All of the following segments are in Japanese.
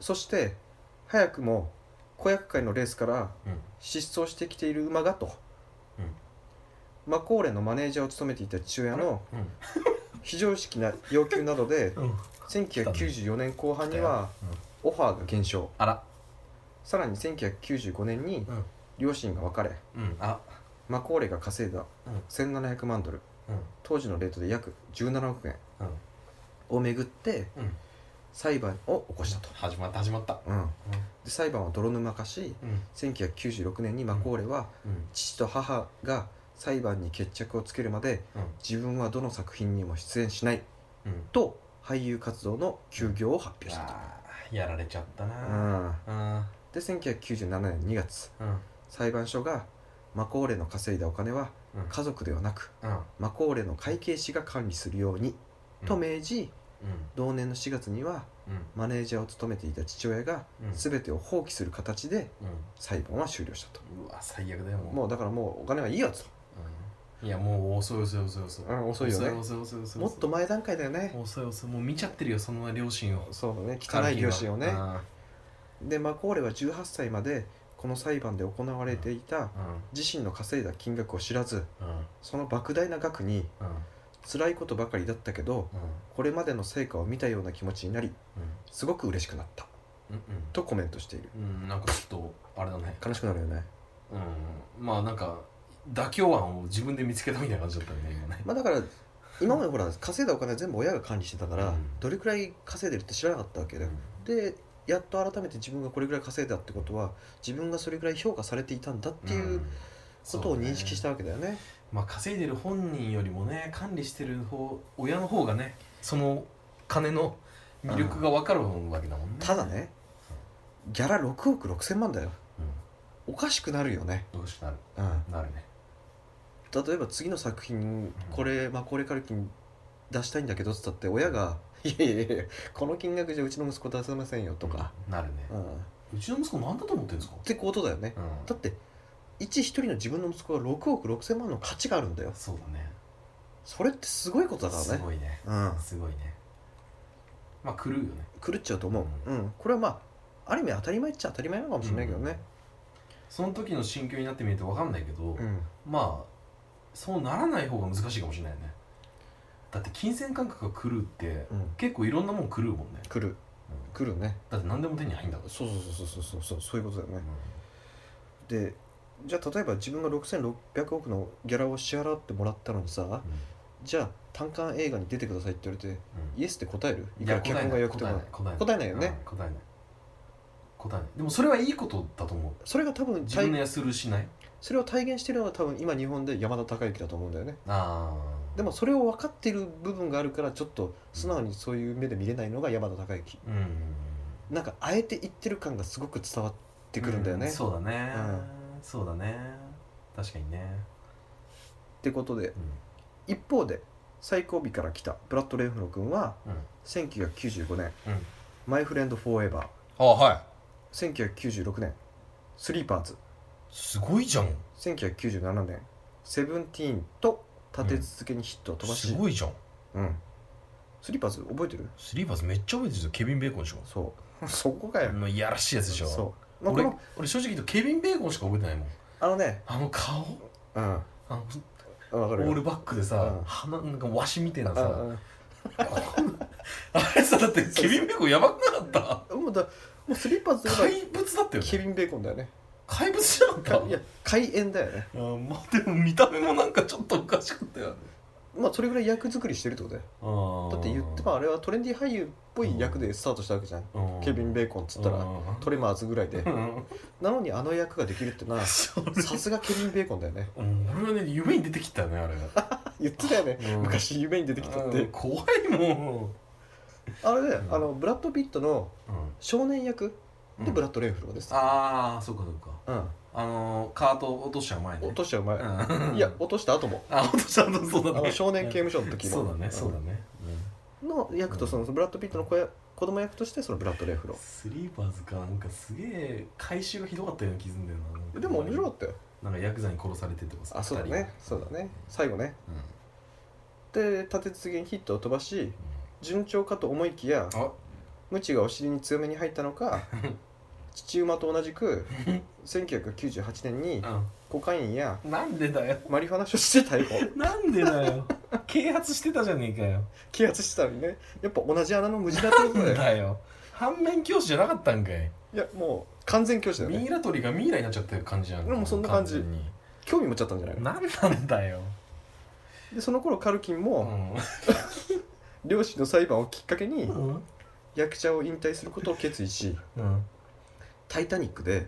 そして早くも子役界のレースからうん失踪してきている馬がと、うんマコーレのマネージャーを務めていた父親のうん非常識な要求などでうん1994年後半にはオファーが減少あらさらに1995年にうん両親が別れうんあマコーレが稼いだうん1700万ドルうん当時のレートで約17億円うんをめぐってうん裁判を起こしたと、始まった始まったうん、で裁判は泥沼化しうん1996年にマコーレはうん父と母が裁判に決着をつけるまでうん自分はどの作品にも出演しないうんと俳優活動の休業を発表したと、あーやられちゃったう、なんうんで1997年2月うん裁判所がマコーレの稼いだお金はうん家族ではなくうんマコーレの会計士が管理するようにと明示うん同年の4月にはうんマネージャーを務めていた父親がうん全てを放棄する形で裁判は終了したとうんうわ最悪だよもうもうだからもうお金はいいやつうんいやもう遅い遅い遅い遅いと、うん、遅いよね遅い遅い遅いもっと前段階だよね遅い遅いもう見ちゃってるよその両親をそうだね汚い両親をねうんうんでマコーレは18歳までこの裁判で行われていた自身の稼いだ金額を知らずうんその莫大な額にうん辛いことばかりだったけどうんこれまでの成果を見たような気持ちになりすごく嬉しくなったうんうんとコメントしているうんなんかちょっとあれだね悲しくなるよねうんまあなんか妥協案を自分で見つけたみたいな感じだったね今ねまあだから今までほら稼いだお金は全部親が管理してたから、うんどれくらい稼いでるって知らなかったわけだよ、でやっと改めて自分がこれぐらい稼いだってことは自分がそれぐらい評価されていたんだっていううことを認識したたわけだよね,、まあ稼いでる本人よりもね管理してる方親の方がねその金の魅力が分かるわけだもんねただねギャラ6億6千万だよおかしくなるよね、どうしなるうん、なるね例えば次の作品これ、まあ、これから金出したいんだけどっつったって親が「いやいやいやこの金額じゃうちの息子出せませんよ」とか、なるねうんっうちの息子なんだと思ってるんですかてことだよねうんだって一一人の自分の息子が6億6千万の価値があるんだよそうだねそれってすごいことだからすねごいねうんすごいねまあ狂うよね狂っちゃうと思う、うん、これはまあある意味当たり前っちゃ当たり前なのかもしれないけどねその時の心境になってみると分かんないけど、うんまあそうならない方が難しいかもしれないねだって金銭感覚が狂うってうん結構いろんなもん狂うもんね、来るうん来るねだって何でも手に入んだからそうそうそうそうそうそうそういうことだようねんでじゃあ例えば自分が6600億のギャラを支払ってもらったのにさ、じゃあ単館映画に出てくださいって言われてうんイエスって答えるいいくらや脚答本えながい良くて答えなもい答えない答えないよねうん答えない答えないでもそれはいいことだと思うそれが多分自分の体やするしないそれを体現してるのは多分今日本で山田孝之だと思うんだよねああでもそれを分かっている部分があるからちょっと素直にそういう目で見れないのが山田孝之うんなんかあえて言ってる感がすごく伝わってくるんだよね、うっそうだね、そうだね確かにね、てことでう一方で最後尾から来たブラッド・レンフロ君はんうん1995年うん「マイ・フレンド・フォーエバあはいー」1996年「スリーパーズ」すごいじゃん1997年「セブンティーンと立て続けにヒットを飛ばし、すごいじゃんうん、スリーパーズ覚えてるスリーパーズめっちゃ覚えてるよケビン・ベーコンでしょそう そこかよ、のいやらしいやつでしょそう、まあ、こ俺の俺正直言うとケビン・ベーコンしか覚えてないもんあのねあの顔うんあの分かオるールよバックでさ、うん鼻なんかワシみたいなうさ、ん あれさだってケビン・ベーコンやばくなかっうんもうだもうスリーパーズたといえ怪物だったばよ、ケね、ビン・ベーコンだよね怪物じゃなかかったいや開演だよねあまあでも見た目もなんかちょっとおかしかったよまあそれぐらい役作りしてるってことだよだだって言ってもあれはトレンディ俳優っぽい役でスタートしたわけじゃん、ケビン・ベーコンっつったら、トレマーズぐらいで うんなのにあの役ができるってのはそれさすがケビン・ベーコンだよねうん俺はね夢に出てきたよねあれ言ってたよねうん 昔夢に出てきたって、うん怖いもあれだよ、うんあのブラッド・ピットのん、うん少年役でうんブラッド・レンフローです、ああそうかそうかうん、あのー、カート落としちゃう前ね落としちゃう前、うんいや落とした後も あ落としちゃうとそうあだのね少年刑務所の時のそうだねそうだねね、の役とそのブラッド・ピットの子や子供役としてそのブラッド・レンフロスリーパーズかなんかすげえ回収がひどかったような気すんだよななんーかでも面白かったよなんかヤクザに殺されてとかさあそうだねそうだね最後ねうんうんで立て続けにヒットを飛ばし順調かと思いきやあ無知がお尻に強めに入ったの か父馬と同じく1998年にコカインやうん、なんでだよマリファナ所持で逮 捕なんでだよ啓発してたじゃねえかよ啓発してたのにねやっぱ同じ穴の無地だってことなんだよだよ反面教師じゃなかったんかいいやもう完全教師だよミねイラ取りがミイラになっちゃってる感じやん俺もそんな感じ完全に興味持っちゃったんじゃないのなんなんだよ、でその頃カルキンうもん両親の裁判をきっかけにうん役者を引退することを決意しうん「タイタニック」で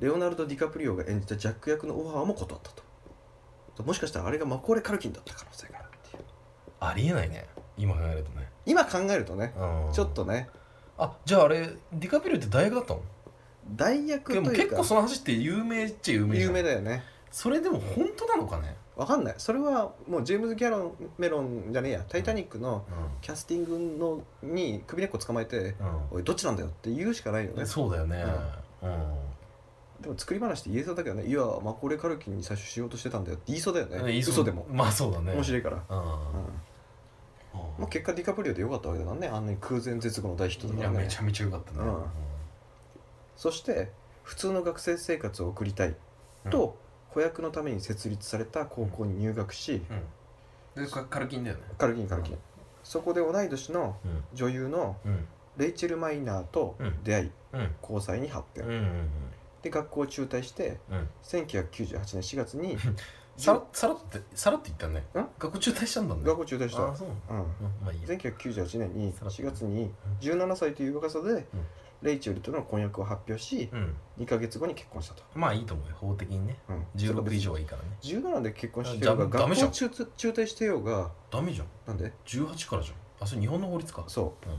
レオナルド・ディカプリオが演じたジャック役のオファーも断ったともしかしたらあれがマコーレ・カルキンだった可能性があるっていうありえないね今考えるとね、今考えるとねうんちょっとねあじゃああれディカピリオって大学だったの代役でもとい結う構かその話って有名っちゃ有名じゃ有ん名だよねそれでも本当なのかね、わかんないそれはもうジェームズ・ギャロンメロンじゃねえや「タイタニック」のキャスティングのに首根っこ捕まえて「おいどっちなんだよ」って言うしかないよねえそうだよねうん、でも作り話って言えそうだけどね「いやマコーレ・カルキンに最初しようとしてたんだよ」って言いそうだよねねいいそう嘘でもまあそうだね面い、白いから、うんうんまあ、結果ディカプリオでよかったわけだからねあんなに空前絶後の大ヒットだいかやらねめちゃめちゃ良かったね、うんそして普通の学生生活を送りたいと、子役のために設立された高校に入学し、うん、でかカルキンだよねカルキンカルキン、うんそこで同い年のうん女優のうんレイチェル・マイナーと出会い、うん交際に発展、うんうんで学校を中退してうんうん1998年4月に さらさらってさらって言ったねん学校中退したんだね学校中退したあそうなのうんうんまあいいや1998年にさらっと4月に17歳という若さでレイチェルとの婚約を発表しうん2ヶ月後に結婚したと、まあいいと思うよ法的にねうん、 16以上はいいからね17で結婚してようがあじゃあダ学メじゃ校ん中退中退してようがダメじゃんなんで18からじゃんあそれ日本の法律かそううん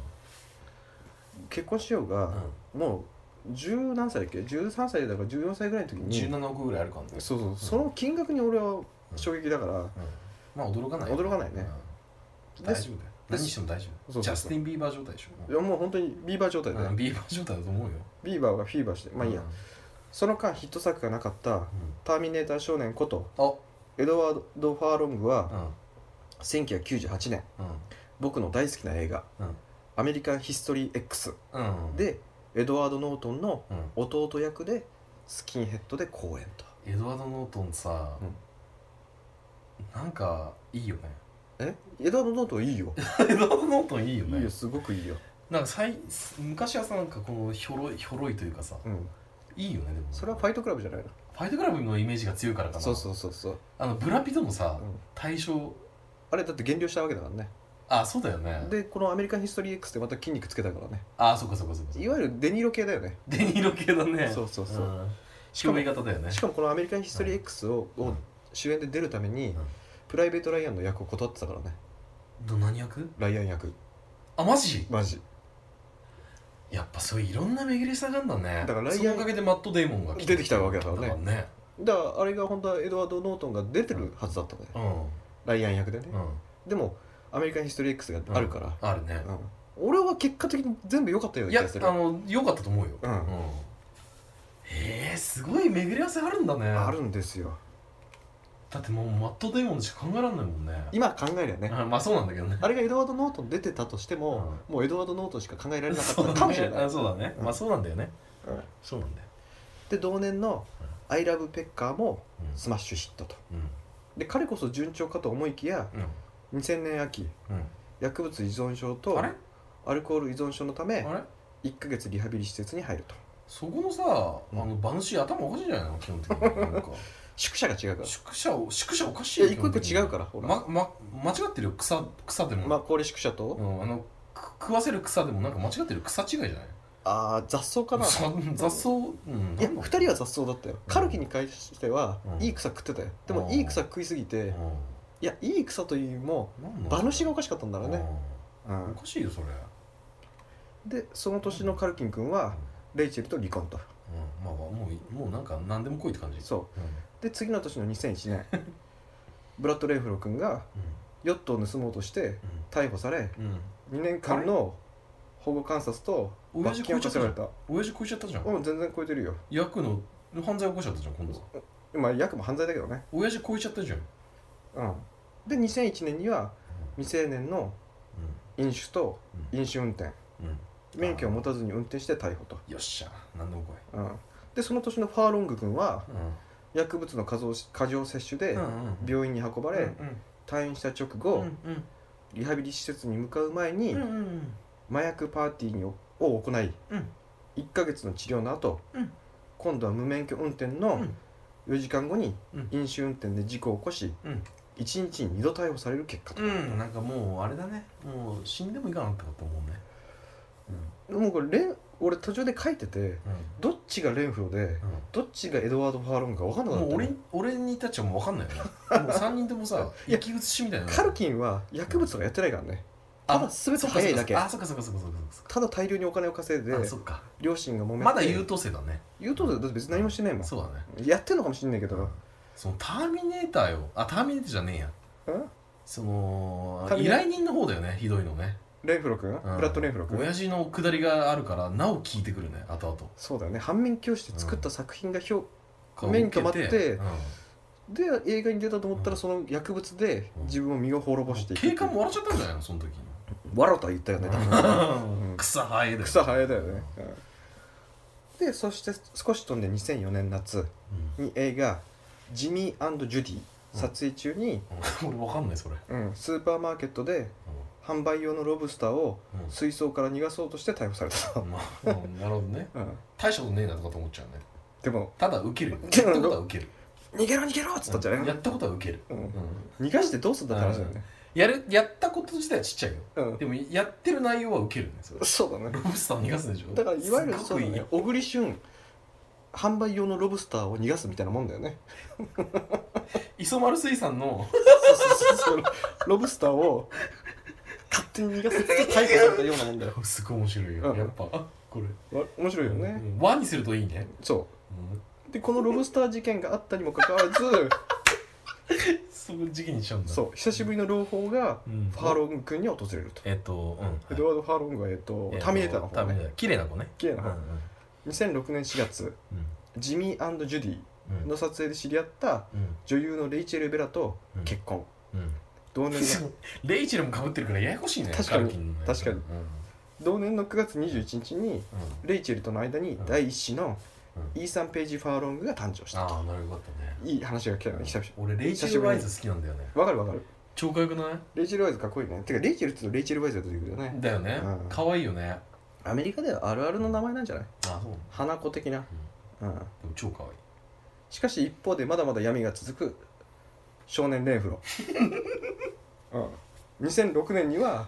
結婚しようが、もう十何歳だっけ13歳だから14歳ぐらいの時うん、に17億ぐらいあるからねそうそうその金額に俺は衝撃だから、まあ驚かないよ驚かないねうんで大丈夫だよ何しても大丈そうそ夫うジャスティン・ビーバー状態でしいょやもう本当にビーバー状態で、うんビーバー状態だと思うよビーバーがフィーバーしてまあいいや、うんその間ヒット作がなかった「ターミネーター少年」ことあエドワード・ファーロングはうん1998年僕の大好きな映画うん「アメリカン・ヒストリー X うんう」んでエドワード・ノートンのうん弟役でスキンヘッドで公演とエドワード・ノートンさうんなんかいい よねえエドワード・ノートンいい よエドワード・ノートンいいよいいねよすごくいいよ、なんかさい昔はさなんかこのひょろいひょろいというかさうん、いいよねでもそれはファイトクラブじゃないのファイトクラブのイメージが強いからかなそうそうそうそう、あのブラピドもさうん対象あれだって減量したわけだからねあそうだよねでこの「アメリカンヒストリー X」でまた筋肉つけたからねあそっかそっかそっかそっかいわゆるデニーロ系だよねデニーロ系だねそうそうそうんしかも A 型だよねしかもこの「アメリカンヒストリー X を」うんを主演で出るために、うんプライベート・ライアンの役を断ってたからねど何役ライアン役あマジマジやっぱそういういろんな巡り下がんだねだからライアンそのおかげでマット・デイモンが出てきたわけだからねだねだからあれが本当はエドワード・ノートンが出てるはずだったんだよ、うんライアン役でね、うんでも「アメリカンヒストリー X」があるから、あるねうん俺は結果的に全部良かったよういな気やがするあの良かったと思うようんへえすごい巡り合わせあるんだねあるんですよだってもうマット・デイモンでしか考えられないもんね今考えりゃね、あまあそうなんだけどねあれがエドワード・ノートン出てたとしても、もうエドワード・ノートンしか考えられなかっそうだたねかもしれない、あそうだねまあそうなんだよねうんそうなんだよで同年の「アイラブ・ペッカー」もスマッシュヒットとうんで彼こそ順調かと思いきやうん2000年秋うん薬物依存症うんとあれアルコール依存症のためあれ1ヶ月リハビリ施設に入るとそこのさ、うんあの馬主頭おかしいんじゃないの基本的になん か宿舎が違うから宿舎を宿舎おかしいいよや一個一個基違本う的にからほら、ま、ま、間違ってるよ草草でも、まあ高齢宿舎と、うん、あのく食わせる草でもなんか間違ってる草違いじゃないああ雑草かなさ雑草、うん、いや2人は雑草だったよカルキに関しては、うんいい草食ってたよでうもんいい草食いすぎて、うんいやいい草というよりもなんなん馬主がおかしかったんだろうね、ううんんおかしいよそれ、うんでその年のカルキン君はレイチェルと離婚とまあまあもういもうなんか何でも来いって感じ、そうんで次の年の2001年 ブラッド・レイフロ君がヨットを盗もうとして逮捕されうんう2ん年間の保護観察と親罰父金超をえちゃ課っせらたじゃれんた親父超えちゃったじゃんうん全然超えてるよ役の犯罪起こしちゃったじゃん今度はまあ役も犯罪だけどね親父超えちゃったじゃん、うんで2001年には未成年の飲酒と飲酒運転うん免許を持たずに運転して逮捕と、よっしゃ何でも来い、うん、でその年のファーロング君はう薬物の過剰過剰摂取でんうんうん、病院に運ばれ、うん退院した直う後、んうんリハビリ施設に向かう前に、うんうんうん麻薬パーティーにをを行いうん1ヶ月の治療の後、うん今度は無免許運転うのん4時間後にうん飲酒運転で事故を起こし、うん一1日に2度逮捕される結果と、うんなんかもうあれだねもう死んでもいいかなってこと思うねもうこれレン俺途中で書いててうんどっちがレンフロでどっちがエドワード・ファーロンか分かんなうんかったもうの俺俺にたちはもう分かんないよねもう3人ともさ いや息移しみたいなカルキンは薬物とかやってないからねただ全て早いだけあそっかそっかそっかそっかそっかただ大量にお金を稼いであそっか両親が揉めてまだ優等生だね言うとおりだって別に何もしてないもんそうだねやってんのかもしんないけど、そのターミネーターよあターミネーターじゃねえやうんそのターミ依ネー頼人の方だよねひどいのねレンフロ君、うんブラッド・レンフロ君親父のくだりがあるからなお聞いてくるね後々そうだよね反面教師で作った作品が評免免許許待待っってて、で映画に出たと思ったら、うんその薬物でうん自分を身を滅ぼしていく警官も笑っちゃったんじゃないのその時にわらとは言ったよね多 分うん草生えだよ 草生えだよね、うんでそして少し飛んで2004年夏に映画「ジミージュディ」撮影中に、うん俺わかんないそれうんスーパーマーケットで販売用のロブスターをうんうん水槽から逃がそうと して逮捕された、まあうんなるほどねうん、大したことねえなとかと思っちゃうねでもただウケるよ やっでたもことはウケる「逃げろ逃げろ!」っつったんじゃないうんやったことはウケるうんうん逃がしてどうすんだって話だよね、やるやったこと自体はちっちゃいようんでもやってる内容はウケるねそれそうだねロブスターを逃がすんでしょだからいわゆるすそごうだくいいね小栗旬販売用のロブスターを逃がすみたいなもんだ よね磯丸水産の そうそうそうロブスターを勝手に逃がすって逮捕されたようなもんだよすごい面白いうんよやっぱあこれわ面白いよねうん輪にするといいねそうんうでこのロブスター事件があったにもかかわらずそういう時期にしちゃうんだそう久しぶりの朗報がうんファーロン君に訪れるとえっとうんはいエドワード・ファーロングはえっとターミネーターのタ方ーミネーねター綺麗な子ね綺麗なうん方2006年4月ジミージュディうんうんの撮影で知り合ったうん女優のレイチェル・ベラとうん結婚 うん同年の レイチェルもかぶってるからややこしいね確かにカルキンのやつ確かにうん同年の9月21日にうんレイチェルとの間に第一子のうんイーサン・ページ・ファーロングが誕生したあとあなるほどよかったねいい話が来たね久々俺レイチェル・ワイズ好きなんだよねわかるわかる超かよくないレイチェル・ワイズかっこいいねてかレイチェルって言うとレイチェル・ワイズが出てくるよねだよねうん可愛いよねあアメリカではあるあるの名前なんじゃないそう花子的な、うん、でも超可愛いしかし一方でまだまだ闇が続く少年レンフロ、 うん、2006年には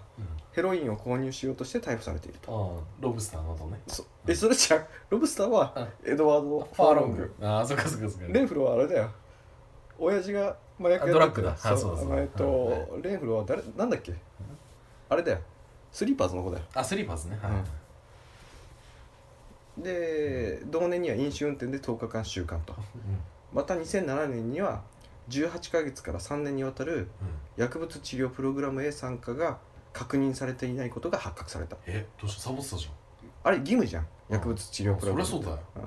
ヘロインを購入しようとして逮捕されているとああロブスターの後ねそえそれじゃんロブスターはエドワード・ファーロングああそっかそっかそっかレンフローはあれだよ親父が麻薬やあドラッグだそうあそうだそうだあのえっと、レンフローは誰なんだっけあれだよスリーパーズの子だよあスリーパーズねはいうんで同年には飲酒運転で10日間収監とうんまた2007年には18ヶ月から3年にわたるうん薬物治療プログラムへ参加が確認されていないことが発覚されたえどうしたサボってたじあれ義務じゃんうん薬物治ゃ療んプそログりラゃムそうだようん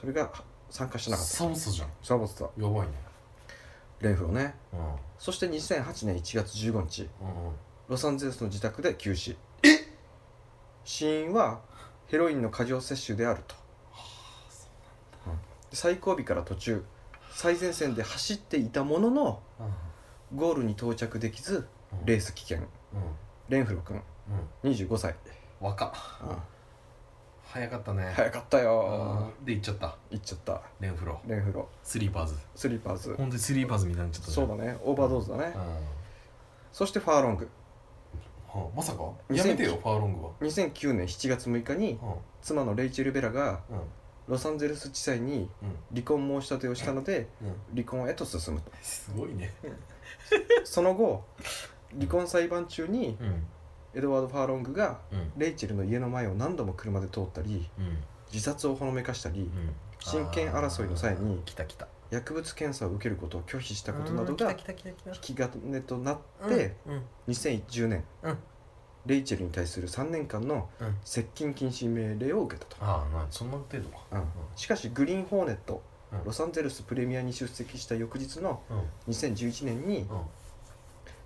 それが参加してなかったサボってたじゃんサボってたやばいねレンフローねうんそして2008年1月15日うんうんロサンゼルスの自宅で急死え死因はヘロインの過剰摂取であるとうん最後尾から途中最前線で走っていたもののゴールに到着できずうんレース棄権うんレンフロ君うん25歳、若っうん早かったね早かったようんで行っちゃった行っちゃったレンフロレンフロスリーパーズスリーパーズ本当にスリーパーズみたいになっちゃったそうだねねオーバードーズだねそしてファーロングはあまさか2000やめてよファーロングは2009年7月6日に妻のレイチェル・ベラがうんロサンゼルス地裁にうん離婚申し立てをしたのでうん離婚へと進むとすごいねその後離婚裁判中にうんエドワード・ファーロングがうんレイチェルの家の前を何度も車で通ったりうん自殺をほのめかしたりうん親権争いの際にあー来た来た薬物検査を受けることを拒否したことなどうがん来た来た来た来引き金となったてうんうん2010年、うんレイチェルに対する3年間のうん接近禁止命令を受けたと、ああなそんな程度かうんしかしグリーンホーネットうんロサンゼルスプレミアに出席した翌日のうんうん2011年にうん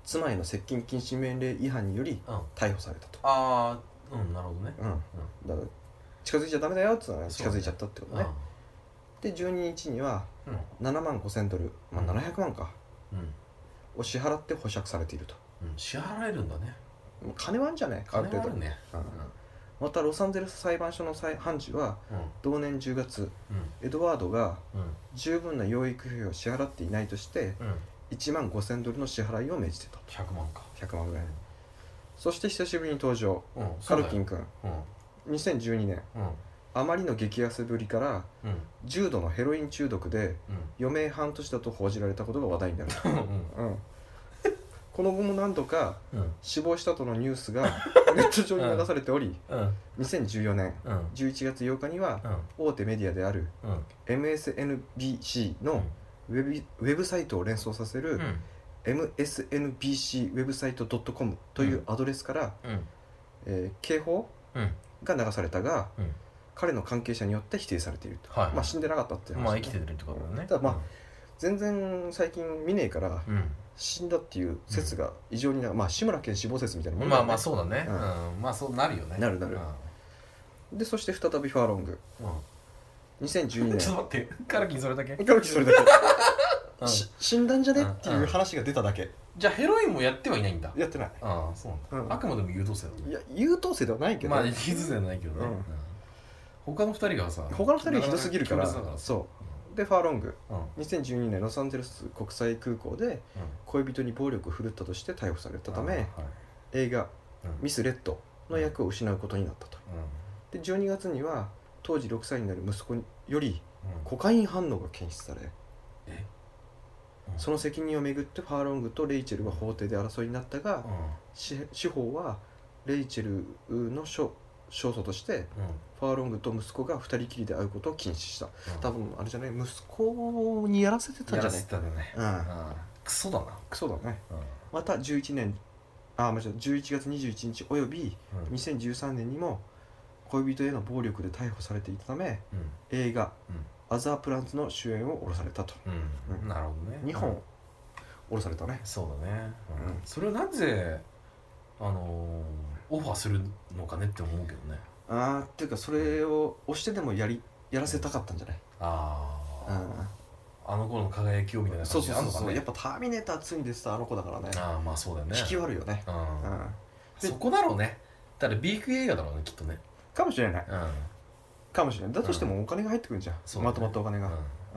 妻への接近禁止命令違反によりうん逮捕されたとああ、うんなるほどねうん、だから近づいちゃダメだよって言ったら近づいちゃったってことねで12日にはうん7万5000ドル、まあ、700万か、うん、を支払って保釈されているとうん、支払えるんだねもう金はあるんじゃないある程金はあ度るねうんうんまたロサンゼルス裁判所の裁判事は同年10月うんエドワードがうん十分な養育費を支払っていないとしてうん1万5000ドルの支払いを命じてた100万か100万ぐらいねそして久しぶりに登場うんカルキンン君うん2012年うんあまりの激安ぶりからうん重度のヘロイン中毒でうん余命半年だと報じられたことが話題になる、うんうん、この後も何度かうん死亡したとのニュースがネット上に流されておりうん2014年うん11月8日にはうん大手メディアであるうん MSNBC のウェブウェブサイトを連想させうるん MSNBC ウェブサイト .com というアドレスから、うんえー警報うんが流されたが、うん彼の関係者によって否定されていると、はいまあ死んでなかったっていう話まあ生きてるってことだねただまあ全然最近見ねえからうん死んだっていう説が異常になまあ志村けん死亡説みたいなもんだまよあねまあそうだねううんまあそうなるよねなるなるでそして再びファーロン グう2012んちょ年っと待ってカルキンそれだけガルキそれだけ、うんし死んだんじゃねっていう話が出ただけじゃあヘロインもやってはいないんだやってないああそうなんうんだあくまでも優等生だいねや優等生ではないけど、まあ傷じゃないけどねうんうん他の二人がさ他の2人はひどすぎるから強烈だからうそうでファーロングうんうん2012年ロサンゼルス国際空港で恋人に暴力を振るったとして逮捕されたためああはい映画う「んミス・レッド」の役を失うことになったとで12月には当時6歳になる息子よりうんうんコカイン反応が検出されえその責任をめぐってファーロングとレイチェルは法廷で争いになったがう司司法はレイチェルの勝勝訴としてんうんファーロングと息子が2人きりで会うことを禁止したうん多分あれじゃない息子にやらせてたんじゃやらなせいてたねうんうんクソだなクソだねうんまた11年あ間違えた11月21日およびうん2013年にも恋人への暴力で逮捕されていたため映画うん「アザープランツ」の主演を降ろされたとうんうんなるほどね2本降ろされたねそうだね、うんうんそれをなぜあのーオファーするのかねって思うけどねあーっていうかそれを押してでもやりやらせたかったんじゃないああ、うあの頃の輝きをみたいなんそ感うじそうあんそうのかそうねやっぱ「ターミネーター2」に出てたあの子だからねああまあそうだよね引き割るよねうんうんでそこだろうねだから B 級映画だろうねきっとねかもしれないうん、うんかもしれないだとしてもお金が入ってくるじゃんそうだねまとまったお金がう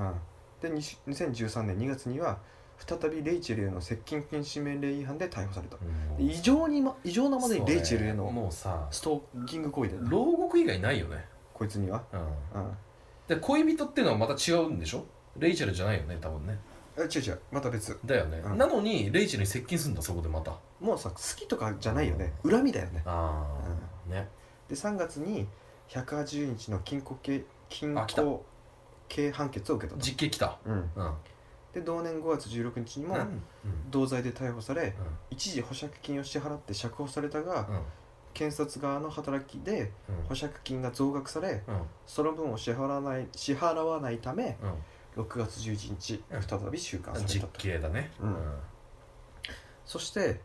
んでにし2013年2月には再びレイチェルへの接近禁止命令違反で逮捕されたうん異常に、ま、異常なまでにレイチェルへそうねのもうさストーキング行為だよ牢獄以外ないよね、こいつには、うん、うん、で恋人っていうのはまた違うんでしょレイチェルじゃないよね多分ねえ違う違うまた別だよね、うんなのにレイチェルに接近するんだそこでまたもうさ好きとかじゃないよね恨みだよねああ、ねで3月に180日の禁錮刑禁あ来た錮刑判決を受けたと実刑来たうん、うんで同年5月16日にもなんうん同罪で逮捕されうん一時保釈金を支払って釈放されたがうん検察側の働きでうん保釈金が増額されうんその分を支払わない支払わないためうん6月11日うん再び収監され実たと刑だねうんそして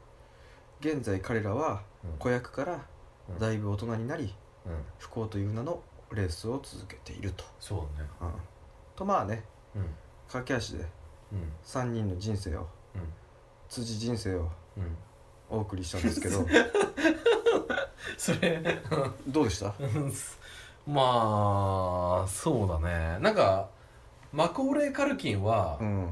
現在彼らはうん子役からうんだいぶ大人になりうん不幸という名のレースを続けていると、そうだねうんとまあねうん駆け足でうん3人の人生を、うん辻人生をうんお送りしたんですけ どそれどうでしたうんまあそうだねなんかマコーレー・カルキンはうん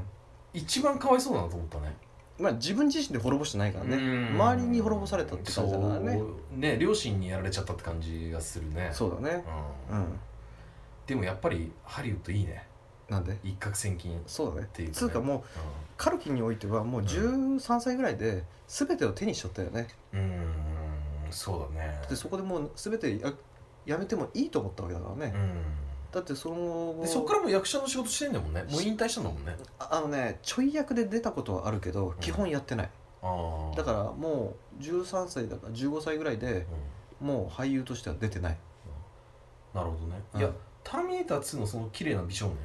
一番かわいそうだなと思ったねまあ自分自身で滅ぼしてないからねうん周りに滅ぼされたって感じだからねそうね両親にやられちゃったって感じがするね、、そううだねうんんでもやっぱりハリウッドいいねなんで一攫千金、うん、そうだねていうかねつうかもうカルキンにおいてはもう13歳ぐらいで全てを手にしちゃったよねうーんそうだねでそこでもう全てややめてもいいと思ったわけだからねうだってそのんでそっからもう役者の仕事してんだもんねもう引退したんだもんねああのねちょい役で出たことはあるけど基本やってないああだからもう13歳だから15歳ぐらいでうもう俳優としては出てないんなるほどね、うんいや「ターミネーター2」のその綺麗な美少年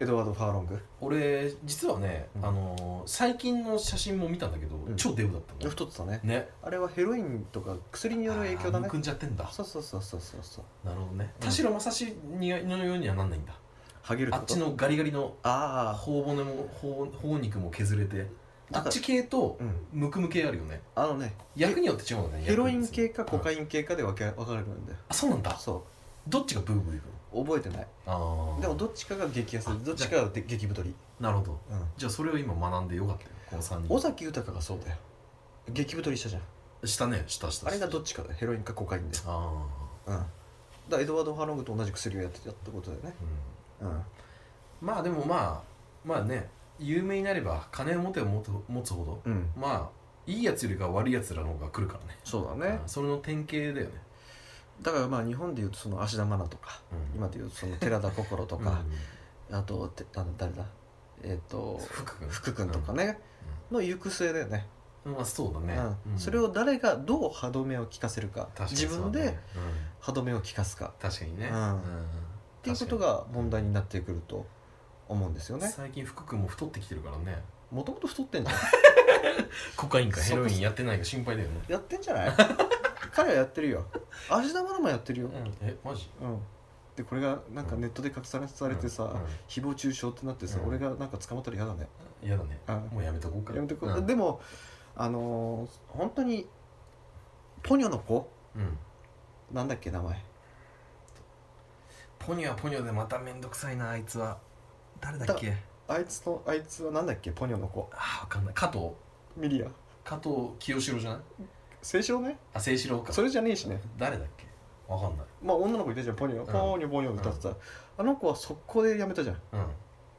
エドワード・ファーロング俺実はね、うんあのー最近の写真も見たんだけど、うん超デブだったの太ってたねねあれはヘロインとか薬による影響だあーねむくんじゃってんだそうそうそうそうそうそうなるほどねうん田代正史にのようにはなんないんだ、ハゲるあこっとちのガリガリのあ頬骨も頬頬肉も削れてあだからっち系とあうんムクム系あるよねあのね役によって違うよねヘロイン系か薬コにカよってイン系かで分け分かれるんだよあそうなんだそどっちがブーブーいくのう覚えてないああでもどっちかが激痩せでどっちかがで激太りなるほどうんじゃあそれを今学んでよかったよこの3人尾崎豊がそうだよ激太りしたじゃんしたねしたしたあれがどっちかだよヘロインかコカインでああうんだからエドワード・ファーロングと同じ薬をやってたってことだよねー、ううんん、まあでもまあまあね有名になれば金を持てば持つ持つほどうんまあいいやつよりか悪いやつらの方が来るからねそうだねうんそれの典型だよね、だからまあ日本でいうとその芦田愛菜とかうん、今でいうとその寺田心ととか、あとてあの誰だえっ、と福君福君とかね、の行く末だよねうんまあそうだね、うんうんそれを誰がどう歯止めを効かせるか確かに自そう分だねで歯止めを効かすかうん確かにね、うんっていうことが問題になってくると思うんですよ確かにね最近福君も太ってきてるからねもともと太ってんじゃんコカインかヘロインやってないか心配だよね、やってんじゃない 彼はやってるよ芦田愛菜もやってるよ、うん、えマジうん、でこれがなんかネットで拡散されてさ、う誹謗中傷ってなってさ、うん俺がなんか捕まったら嫌だね、んやだねうんもうやめとこうかやめてく、うんでもあのー、本当にポニョの子うんなんだっけ名前ポニョはポニョでまためんどくさいなあいつは誰だっけあいつのあいつはなんだっけポニョの子ああ分かんない加藤ミリア加藤清志郎じゃない清少ねあ清志郎かそれじゃねえしね誰だっけ分かんないまあ女の子いたじゃんポニョ、んポニョポニョ歌ってた、あの子は速攻でやめたじゃんうん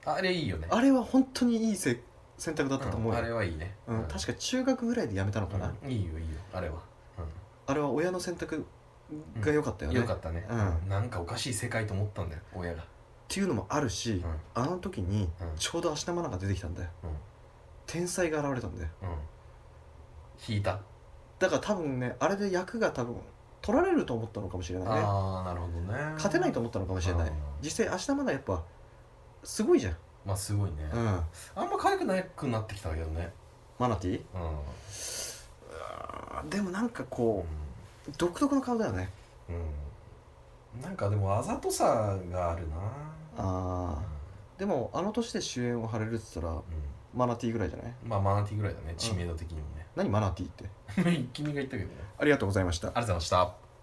あれいいよねあれは本当にいいせ選択だったと思ううよ、んあうんれはいいね確か中学ぐらいでやめたのかな、うんいいよいいよあれはうあれは親の選択が良かったよんね、よかっったねうなんかおかしい世界と思ったんだよ親がていうのもあるし、うんあの時にうんちょうど芦田愛菜が出てきたんだよ、うん天才が現れたんだようん引いただから多分ねあれで役が多分取られると思ったのかもしれないねああなるほどね勝てないと思ったのかもしれないうん実際芦田愛菜やっぱすごいじゃん、まあすごいねうん、あんま可愛くなくなってきたけどねマナティーうんあでもなんかこう独特の顔だよねうんなんかでもあざとさがあるなあーでもあの年で主演を張れるって言ったらうマナティーぐらいじゃないんまあマナティぐらいだね知名度的にもね、何マナティーって 君が言ったけどねありがとうございましたありがとうございました